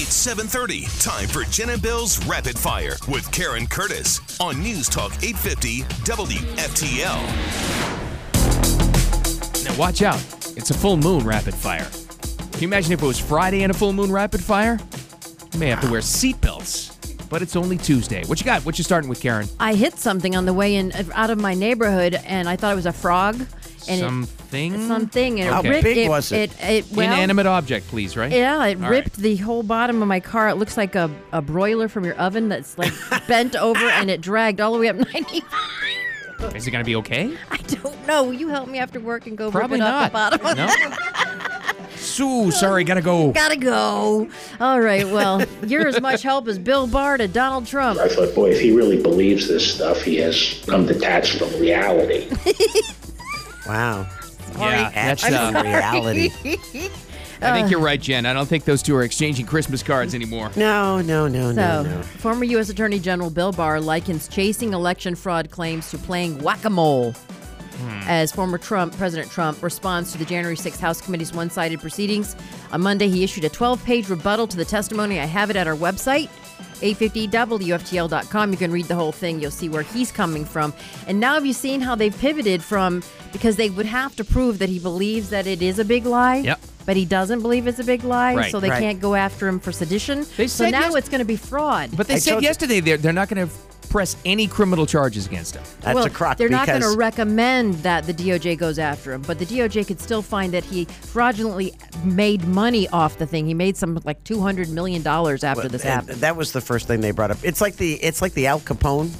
It's 7:30. Time for Jen and Bill's Rapid Fire with Karen Curtis on News Talk 850 WFTL. Now watch out. It's a full moon rapid fire. Can you imagine if it was Friday and a full moon rapid fire? You may have to wear seatbelts. But it's only Tuesday. What you got? What you starting with, Karen? I hit something on the way in uh, out of my neighborhood, and I thought it was a frog. And it- Something? something. And How it ripped, big it, was it? It, it- well, Inanimate object, please, right? Yeah, it All ripped right. the whole bottom of my car. It looks like a, a broiler from your oven that's like bent over, and it dragged all the way up 90. Is it going to be okay? I don't know. Will you help me after work and go Probably rip it not. off the bottom? No? Sue, sorry, gotta go. Gotta go. All right. Well, you're as much help as Bill Barr to Donald Trump. I thought, boy, if he really believes this stuff, he has come detached from reality. Wow. Yeah, that's Actually, uh, reality. I think Uh. you're right, Jen. I don't think those two are exchanging Christmas cards anymore. No, no, no, So, no, no. former U.S. Attorney General Bill Barr likens chasing election fraud claims to playing whack a mole. Hmm. As former Trump, President Trump responds to the January 6th House Committee's one sided proceedings, on Monday he issued a 12 page rebuttal to the testimony. I have it at our website, 850wftl.com. You can read the whole thing, you'll see where he's coming from. And now have you seen how they've pivoted from because they would have to prove that he believes that it is a big lie, Yep. but he doesn't believe it's a big lie, Right. so they Right. can't go after him for sedition. They so said now yes- it's going to be fraud. But they I said told you- yesterday they're, they're not going to press any criminal charges against him. That's well, a crock they're not because going to recommend that the DOJ goes after him, but the DOJ could still find that he fraudulently made money off the thing. He made some like two hundred million dollars after this and happened. that was the first thing they brought up. It's like the it's like the Al Capone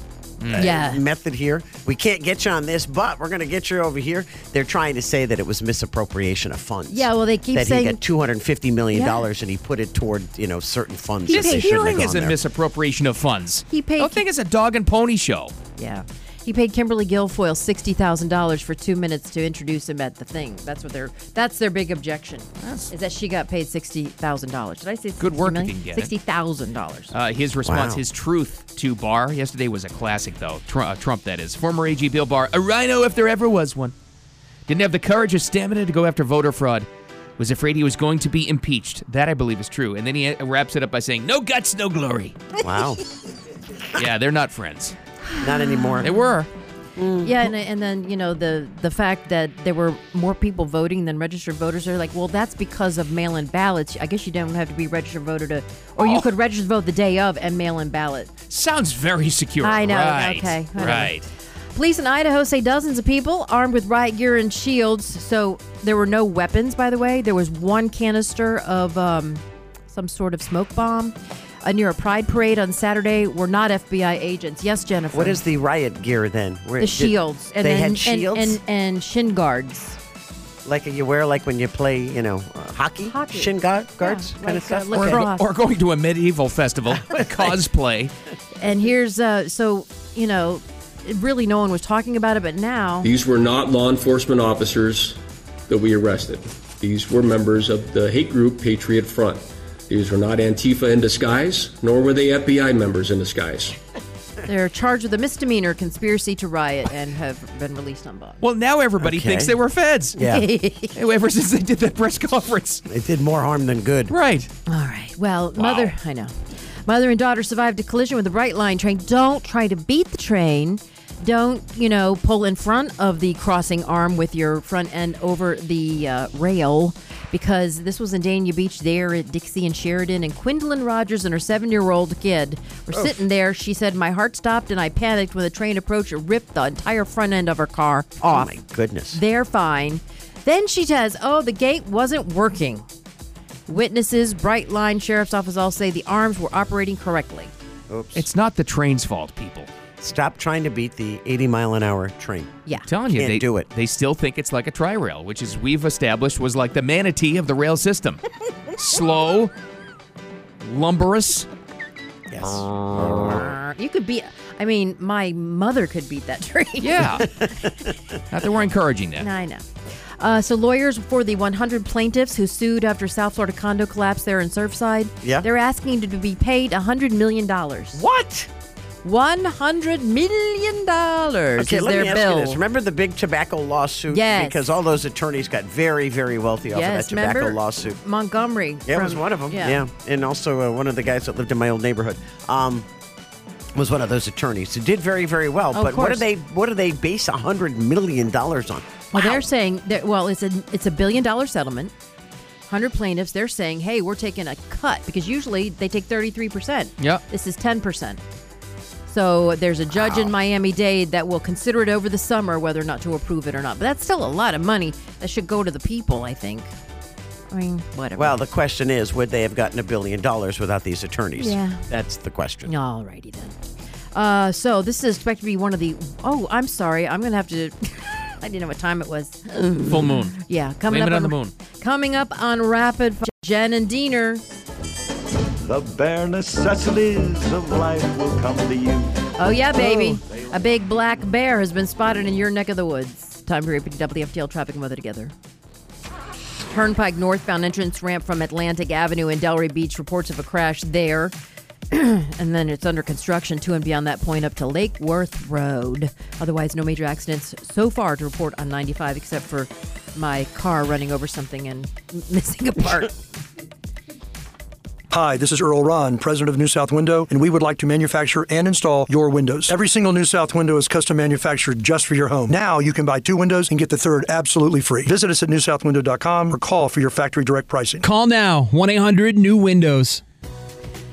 yeah, method here. We can't get you on this, but we're going to get you over here. They're trying to say that it was misappropriation of funds. Yeah, well, they keep that saying- he got two hundred fifty million dollars Yeah. and he put it toward you know certain funds. that This they shouldn't have hearing gone is a there. misappropriation of funds. He paid- Don't think it's a dog and pony show. yeah. He paid Kimberly Guilfoyle sixty thousand dollars for two minutes to introduce him at the thing. That's what their that's their big objection is that she got paid sixty thousand dollars. Did I say Good work if you can get it. Sixty thousand dollars. Uh, his response, Wow. his truth to Barr yesterday was a classic, though. Tr- uh, Trump, that is. Former AG Bill Barr, a rhino if there ever was one. Didn't have the courage or stamina to go after voter fraud. Was afraid he was going to be impeached. That I believe is true. And then he uh, wraps it up by saying, "No guts, no glory." Wow, yeah, they're not friends. not anymore. They were. Yeah, and, and then you know the the fact that there were more people voting than registered voters are like, well, that's because of mail-in ballots. I guess you don't have to be registered voter to, or Oh. you could register to vote the day of and mail-in ballot. Sounds very secure. I know, Right. okay, whatever. Right. Police in Idaho say dozens of people armed with riot gear and shields. So there were no weapons, by the way. There was one canister of um, some sort of smoke bomb uh, near a pride parade on Saturday. Were not FBI agents. Yes, Jennifer. What is the riot gear then? Where- the did- shields? they then, had shields, and, and, and shin guards. like you wear like when you play, you know, uh, hockey, Hockey. shin guard, guards, Yeah, kind like, of stuff. uh, Or, lacrosse. or going to a medieval festival, cosplay. And here's uh so you know, really no one was talking about it, but now These were not law enforcement officers that we arrested. These were members of the hate group Patriot Front. These were not Antifa in disguise, nor were they FBI members in disguise. they're charged with a misdemeanor conspiracy to riot and have been released on bond. Well, now everybody Okay. thinks they were feds. yeah, Ever since they did that press conference. it did more harm than good. Right. All right. Well, mother, I know. Mother and daughter survived a collision with a bright line train. Don't try to beat the train. Don't, you know, pull in front of the crossing arm with your front end over the uh, rail because this was in Dania Beach there at Dixie and Sheridan. And Quindlin Rogers and her seven year old kid were Oh. sitting there. She said, My heart stopped and I panicked when the train approached and ripped the entire front end of her car Oh off. my goodness. They're fine. Then she says, Oh, the gate wasn't working. Witnesses, Bright Line Sheriff's Office all say the arms were operating correctly. It's not the train's fault, people. Stop trying to beat the 80 mile an hour train. Yeah. telling you, Can't they do it. They still think it's like a tri rail, which is we've established was like the manatee of the rail system. Slow, lumberous. Yes. Uh, You could be, I mean, my mother could beat that train. Yeah. not that we're encouraging that. I know. Uh, so lawyers for the 100 plaintiffs who sued after South Florida condo collapse there in Surfside, Yeah. they're asking to be paid $100 million. What? $100 million Okay, is let their me ask bill. you this. Remember the big tobacco lawsuit? Yes. Because all those attorneys got very, very wealthy off yes, of that tobacco remember? lawsuit. Montgomery. Yeah, it from- was one of them. Yeah. And also uh, one of the guys that lived in my old neighborhood. Um, was one of those attorneys who did very, very well. Of but what do course. they what do they base a hundred million dollars on? Well, they're saying that. Well, it's a it's a billion dollar settlement. Hundred plaintiffs. They're saying, hey, we're taking a cut because usually they take thirty three percent. Yep. This is ten percent. So there's a judge in Miami Dade that will consider it over the summer whether or not to approve it or not. But that's still a lot of money that should go to the people. I think. I mean, whatever. Well, the question is, would they have gotten a billion dollars without these attorneys? Yeah. That's the question. Alrighty then. Uh, so this is expected to be one of the. Oh, I'm sorry. I'm gonna have to. I didn't know what time it was. Full moon. Yeah, coming Blame up it on on the moon. Coming up on Rapid Fi- Jen and Diener. The bare necessities of life will come to you. Oh yeah, baby. A big black bear has been spotted in your neck of the woods. Time for WFTL Traffic and Weather Together. Turnpike northbound entrance ramp from Atlantic Avenue in Delray Beach reports of a crash there. and then it's under construction to and beyond that point up to Lake Worth Road. Otherwise, no major accidents so far to report on 95, except for my car running over something and missing a part. Hi, this is Earl Ron, president of New South Window, and we would like to manufacture and install your windows. Every single New South window is custom manufactured just for your home. Now you can buy two windows and get the third absolutely free. Visit us at newsouthwindow.com or call for your factory direct pricing. Call now 1 800 New Windows.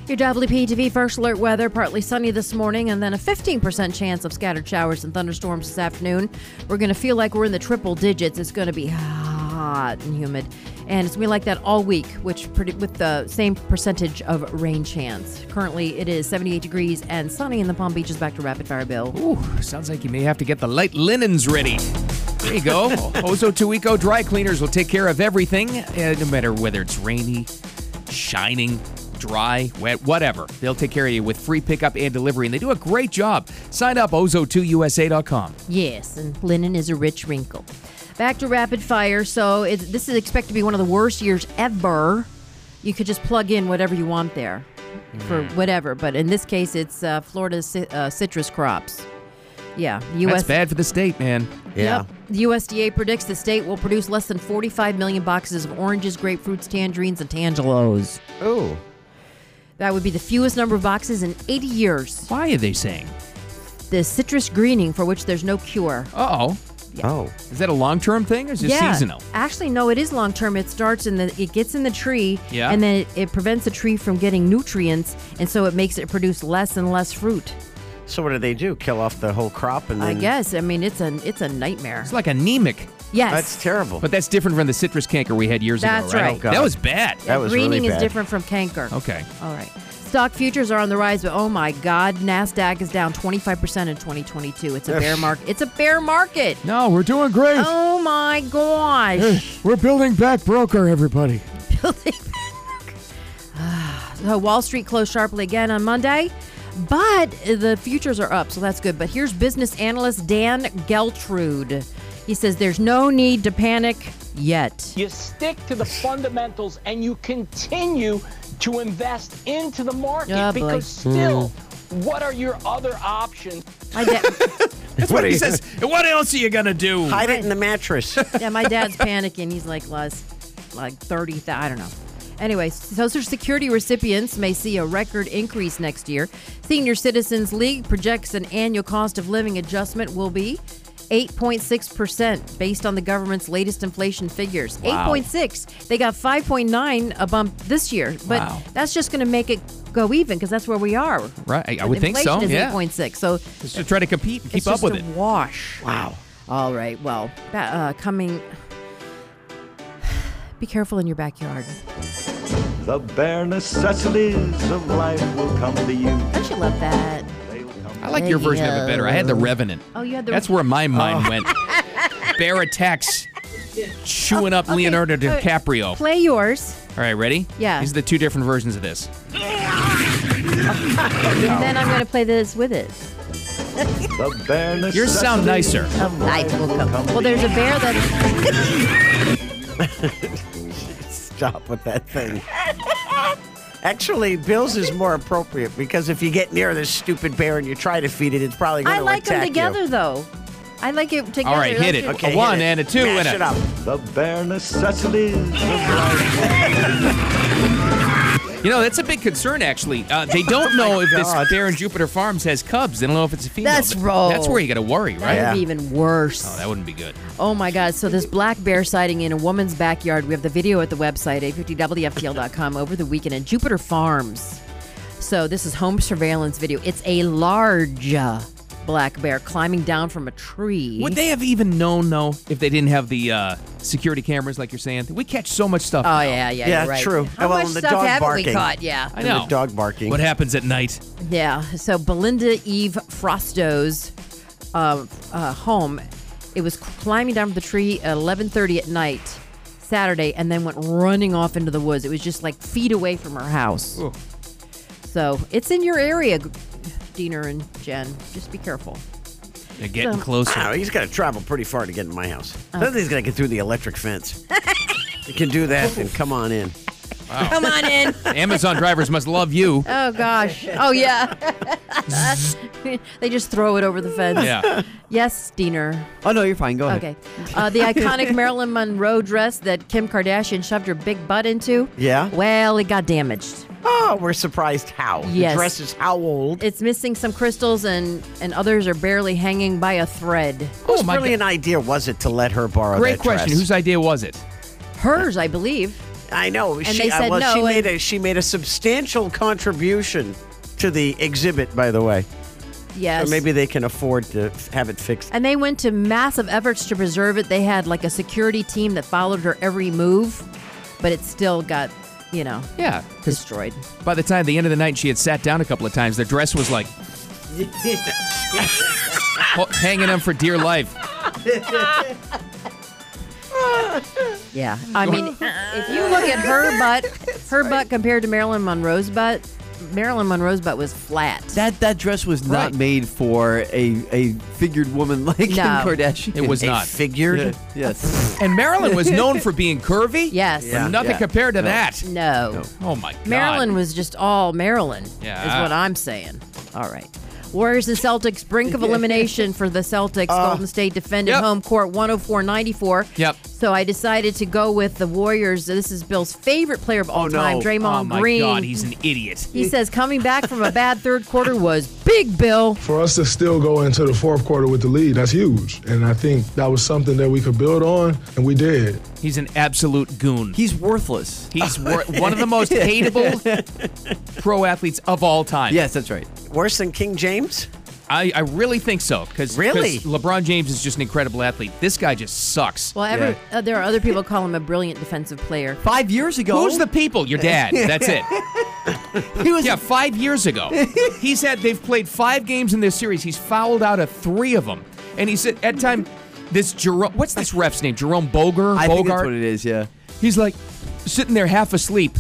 Your WPTV first alert weather partly sunny this morning and then a 15% chance of scattered showers and thunderstorms this afternoon. We're going to feel like we're in the triple digits. It's going to be hot and humid. And it's going to be like that all week, which pretty, with the same percentage of rain chance. Currently, it is 78 degrees and sunny in the Palm Beaches. Back to Rapid Fire Bill. Ooh, sounds like you may have to get the light linens ready. There you go. Ozo Tuico Dry Cleaners will take care of everything, uh, no matter whether it's rainy, shining, dry, wet, whatever. They'll take care of you with free pickup and delivery, and they do a great job. Sign up, ozo2usa.com. Yes, and linen is a rich wrinkle. Back to rapid fire. So it, this is expected to be one of the worst years ever. You could just plug in whatever you want there for Mm. whatever, but in this case, it's uh, Florida's ci- uh, citrus crops. Yeah, That's U.S. bad for the state, man. Yeah. Yep. The USDA predicts the state will produce less than 45 million boxes of oranges, grapefruits, tangerines, and tangelos. Oh. That would be the fewest number of boxes in 80 years. Why are they saying? The citrus greening, for which there's no cure, Uh oh. Oh. Is that a long term thing or is it seasonal? Actually, no, it is long term. It starts in the it gets in the tree, Yeah. and then it, it prevents the tree from getting nutrients, and so it makes it produce less and less fruit. So what do they do? Kill off the whole crop and I then guess. I mean, it's an it's a nightmare. It's like anemic, Yes, Mm. that's terrible. but that's different from the citrus canker we had years That's ago, right. right? Oh, God. That was bad. That was greening really is bad. different from canker. Okay. All right. Stock futures are on the rise, but oh my God, Nasdaq is down 25 percent in 2022. It's a bear market. It's a bear market. No, we're doing great. Oh my gosh. We're building back broker, everybody. Uh, Wall Street closed sharply again on Monday, but the futures are up, so that's good. But here's business analyst Dan Geltrude. He says there's no need to panic yet. You stick to the fundamentals and you continue to invest into the market Ah, boy. because Hmm. still, what are your other options? My, da- That's what, he says. What else are you gonna do? Hide it in the mattress. yeah, my dad's panicking. He's like, "Less, like 30, th- I don't know. Anyway, Social Security recipients may see a record increase next year. Senior Citizens League projects an annual cost of living adjustment will be 8.6% based on the government's latest inflation figures. 8.6. They got 5.9 a bump this year, but Wow. that's just going to make it go even because that's where we are. Right, I- I would think so, Inflation is yeah. 8.6. So Just to try to compete and keep it's up just with a it. wash. Wow. All right. Well, that, uh, coming. Be careful in your backyard. The bare necessities of life will come to you. Don't you love that? I like your version of it better. I had the Revenant. Oh, you had the. That's where my mind went. Bear attacks, chewing up Leonardo Okay, all right. DiCaprio. All Play yours, right, ready? Yeah. These are the two different versions of this. and then I'm going to play this with it. The bare necessities Yours sound nicer. of life will come to Well, you. there's a bear that's. Stop with that thing. Actually, Bill's is more appropriate because if you get near this stupid bear and you try to feed it, it's probably going I to like them attack together, you. though. I like it together. All right, hit That's it. good. A hit one it. and a two Mash and it a. up. The bare necessities of life. You know, that's a big concern, actually. Uh, they don't know if this bear in Jupiter Farms has cubs. They don't know if it's a female. That's Th- wrong. That's where you got to worry, right? That would be Yeah. even worse. Oh, that wouldn't be good. Oh my God. So, this black bear sighting in a woman's backyard. We have the video at the website, a50wftl.com, over the weekend at Jupiter Farms. So, this is home surveillance video. It's a large uh, black bear climbing down from a tree. Would they have even known, though, if they didn't have the uh, security cameras, like you're saying? We catch so much stuff. Oh, yeah, yeah, Yeah, you're right. true. How Well, much and the stuff dog haven't we barking. caught? Yeah. I And know. the dog barking. What happens at night? Yeah. So Belinda Eve Frosto's uh, uh, home, it was climbing down from the tree at 11:30 at night Saturday, and then went running off into the woods. It was just like feet away from her house. Ooh. So it's in your area, Diener and Jen. Just be careful. They're getting closer. I don't know, he's got to travel pretty far to get in my house. Oh. Doesn't he's got to get through the electric fence. you can do that, then come on in. Oh. Come on in. Amazon drivers must love you. Oh gosh. Oh yeah. they just throw it over the fence. Yeah. Yes, Diener. Oh, no, you're fine. Go ahead. Okay. Uh, the iconic Marilyn Monroe dress that Kim Kardashian shoved her big butt into. Yeah. Well, it got damaged. Oh, we're surprised how. Yes. The dress is how old? It's missing some crystals, and and others are barely hanging by a thread. Whose Oh, my brilliant God. idea was it to let her borrow Great that question. dress? Whose idea was it? Hers, I believe. I know. she, they uh, said well, she no, made and- a she made a substantial contribution to the exhibit, by the way. Yes. Or maybe they can afford to f- have it fixed. And they went to massive efforts to preserve it. They had like a security team that followed her every move, but it still got, you know, Yeah. 'Cause destroyed. By the time the end of the night, she had sat down a couple of times. Their dress was like ho- hanging on for dear life. Yeah. I mean, if you look at her butt, her butt compared to Marilyn Monroe's butt, Marilyn Monroe's butt was flat. That that dress was not Right. made for a a figured woman like Kim No. Kardashian. It was A not. figured. Yeah, yes. And Marilyn was known for being curvy. Yes. But Yeah, nothing yeah. compared to that. no. Oh my God. Maryland was just all Maryland, Yeah. is what I'm saying. All right. Warriors and Celtics, brink of elimination for the Celtics. Uh, Golden State defended Yep. home court 104 94. Yep. So I decided to go with the Warriors. This is Bill's favorite player of all no. time, Draymond Oh my Green. God, he's an idiot. he says coming back from a bad third quarter was big, Bill. For us to still go into the fourth quarter with the lead, that's huge. And I think that was something that we could build on, and we did. He's an absolute goon. He's worthless. He's wor- one of the most hateable pro athletes of all time. Yes, that's right. Worse than King James? I, I really think so. Because Really? LeBron James is just an incredible athlete. This guy just sucks. Well, every, Yeah. uh, there are other people call him a brilliant defensive player. Five years ago, Who's the people? Your dad. That's it. he was Yeah, five years ago. He's had they've played five games in this series. He's fouled out of three of them, and he said at time this Jerome. What's this ref's name? Jerome Boger. I think that's Bogart. what it is. Yeah. He's like sitting there half asleep.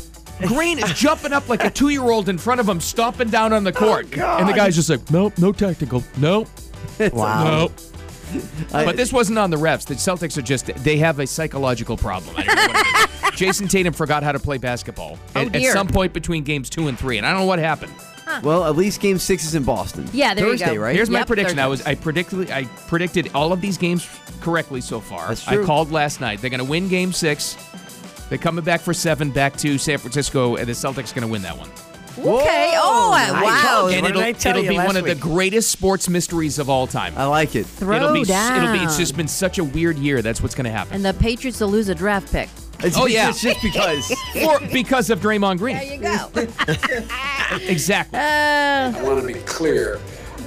Green is jumping up like a two-year-old in front of him, stomping down on the court, and the guy's just like, "Nope, no tactical, nope, Wow. nope." but this wasn't on the refs. The Celtics are just—they have a psychological problem. I don't know what it is. Jason Tatum forgot how to play basketball at, at dear. some point between games two and three, and I don't know what happened. Well, at least Game Six is in Boston. Yeah, there you Thursday, go. right? Here's my Yep, prediction. they're I was I predicted I predicted all of these games correctly so far. That's I true. called last night. They're going to win Game Six. They're coming back for seven, back to San Francisco, and the Celtics going to win that one. Okay. Oh, nice. wow. What and did it'll, I tell it'll you be last one of the week? greatest sports mysteries of all time. I like it. Throw it'll be Uh, down. it'll be it's just been such a weird year. That's what's going to happen. and the Patriots will lose a draft pick. It's Oh, yeah. it's just because. or because of Draymond Green. There you go. Exactly. Uh, I want to be clear.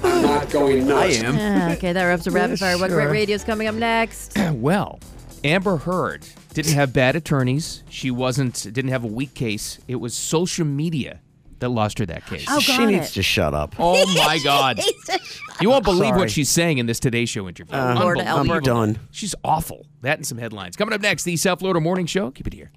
I'm not going I nuts. am. Ah, okay, that wraps a rapid fire. What great radio's coming up next? Well, Amber Heard didn't have bad attorneys. She wasn't didn't have a weak case. It was social media that lost her that case. Oh, she got needs it. to shut up. Oh my God! You won't believe Sorry. what she's saying in this Today Show interview. Lord Unbelievable. Alberto. I'm done. She's awful. That and some headlines coming up next. The South Florida Morning Show. Keep it here.